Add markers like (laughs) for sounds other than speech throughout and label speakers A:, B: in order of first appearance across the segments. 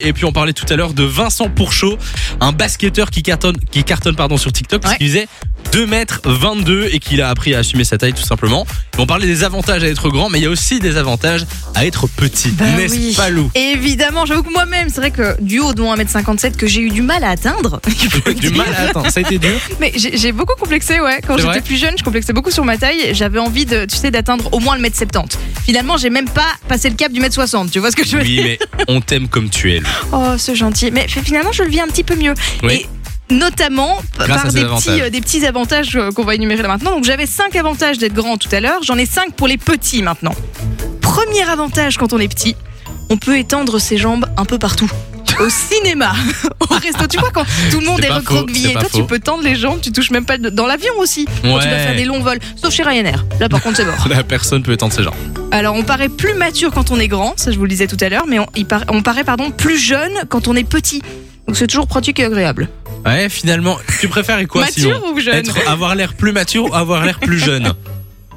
A: Et puis on parlait tout à l'heure de Vincent Pourchaud, un basketteur qui cartonne, qui cartonne pardon, sur TikTok, parce
B: Ouais.
A: qu'il disait 2 mètres 22 et qu'il a appris à assumer sa taille tout simplement. Et on parlait des avantages à être grand, mais il y a aussi des avantages à être petit,
B: Bah
A: n'est-ce
B: oui.
A: pas
B: (laughs)
A: Lou
B: Évidemment, j'avoue que moi-même, c'est vrai que du haut de mon 1m57 que j'ai eu du mal à atteindre. (laughs) il faut le
A: Du mal
B: dire.
A: à atteindre, ça a été dur.
B: Mais j'ai j'ai beaucoup complexé, ouais. Quand
A: C'est vrai
B: j'étais plus jeune, je complexais beaucoup sur ma taille. J'avais envie de, tu sais, d'atteindre au moins le 1m70. Finalement, j'ai même pas passé le cap du 1m60. Tu vois ce que (laughs) je veux dire
A: Oui, mais on t'aime comme tu es Lou.
B: Oh, ce gentil. Mais f- finalement, je le vis un petit peu mieux.
A: Oui.
B: Et notamment p-
A: Grâce à
B: par
A: ces
B: des
A: avantages.
B: petits, euh, des petits avantages euh, qu'on va énumérer là maintenant. Donc j'avais 5 avantages d'être grand tout à l'heure, j'en ai 5 pour les petits maintenant. Premier avantage quand on est petit, on peut étendre ses jambes un peu partout.
A: (laughs)
B: Au cinéma, (laughs) au resto, tu vois quand tout le monde
A: C'est
B: est,
A: pas faux, c'est
B: recroquevillé,
A: pas
B: toi
A: faux.
B: tu peux tendre les jambes, tu touches même pas de- dans l'avion aussi. Quand tu dois
A: Ouais.
B: faire des longs vols, sauf chez Ryanair. Là par contre c'est
A: (laughs)
B: mort.
A: La personne peut étendre ses jambes.
B: Alors, on paraît plus mature quand on est grand, ça je vous le disais tout à l'heure, mais on, il para- on paraît pardon, plus jeune quand on est petit. Donc c'est toujours pratique et agréable.
A: Ouais, finalement, tu préfères et quoi
B: mature
A: sinon
B: ou jeune
A: Être, Avoir l'air plus mature ou avoir l'air plus jeune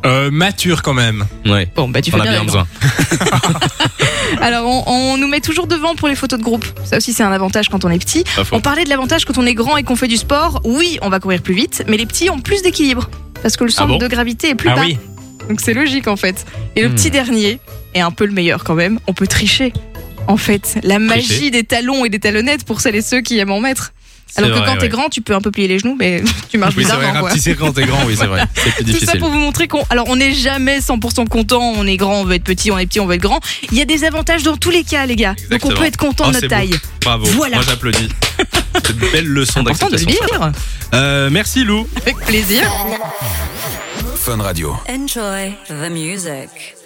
C: Euh, mature quand même.
A: Ouais,
B: Bon, bah tu
A: on
B: fais
A: a
B: bien.
A: bien
B: d'accord.
A: besoin.
B: Alors, on, on nous met toujours devant pour les photos de groupe. Ça aussi, c'est un avantage quand on est petit.
A: Pas faux.
B: On parlait de l'avantage quand on est grand et qu'on fait du sport. Oui, on va courir plus vite, mais les petits ont plus d'équilibre. Parce que le centre
A: bon
B: de gravité est plus
C: ah
B: bas.
C: oui.
B: Donc c'est logique en fait. Et le
A: Hmm.
B: petit dernier est un peu le meilleur quand même. On peut tricher. En fait, la magie des talons et des talonnettes pour celles et ceux qui aiment en mettre.
A: C'est
B: Alors que
A: vrai,
B: quand t'es
A: ouais.
B: grand, tu peux un peu plier les genoux, mais (laughs) tu marches
A: Oui, c'est vrai,
B: bizarrement. hein, quoi.
A: rapetisser quand t'es grand, oui, c'est
B: (laughs)
A: vrai. C'est plus
B: Tout ça
A: difficile.
B: pour vous montrer qu'on. Alors, on n'est jamais 100% content. On est grand, on veut être petit, on est petit, on veut être grand. Il y a des avantages dans tous les cas, les gars. Donc,
A: Exactement.
B: on peut être content
A: Oh,
B: de notre
A: c'est beau.
B: taille.
A: Bravo.
B: Voilà.
A: Moi
B: (laughs)
A: j'applaudis. Cette belle leçon
B: Important de le
A: d'acceptation.
B: dire.
A: Euh, merci Lou.
B: Avec plaisir.
C: Fun Radio.
D: Enjoy the music.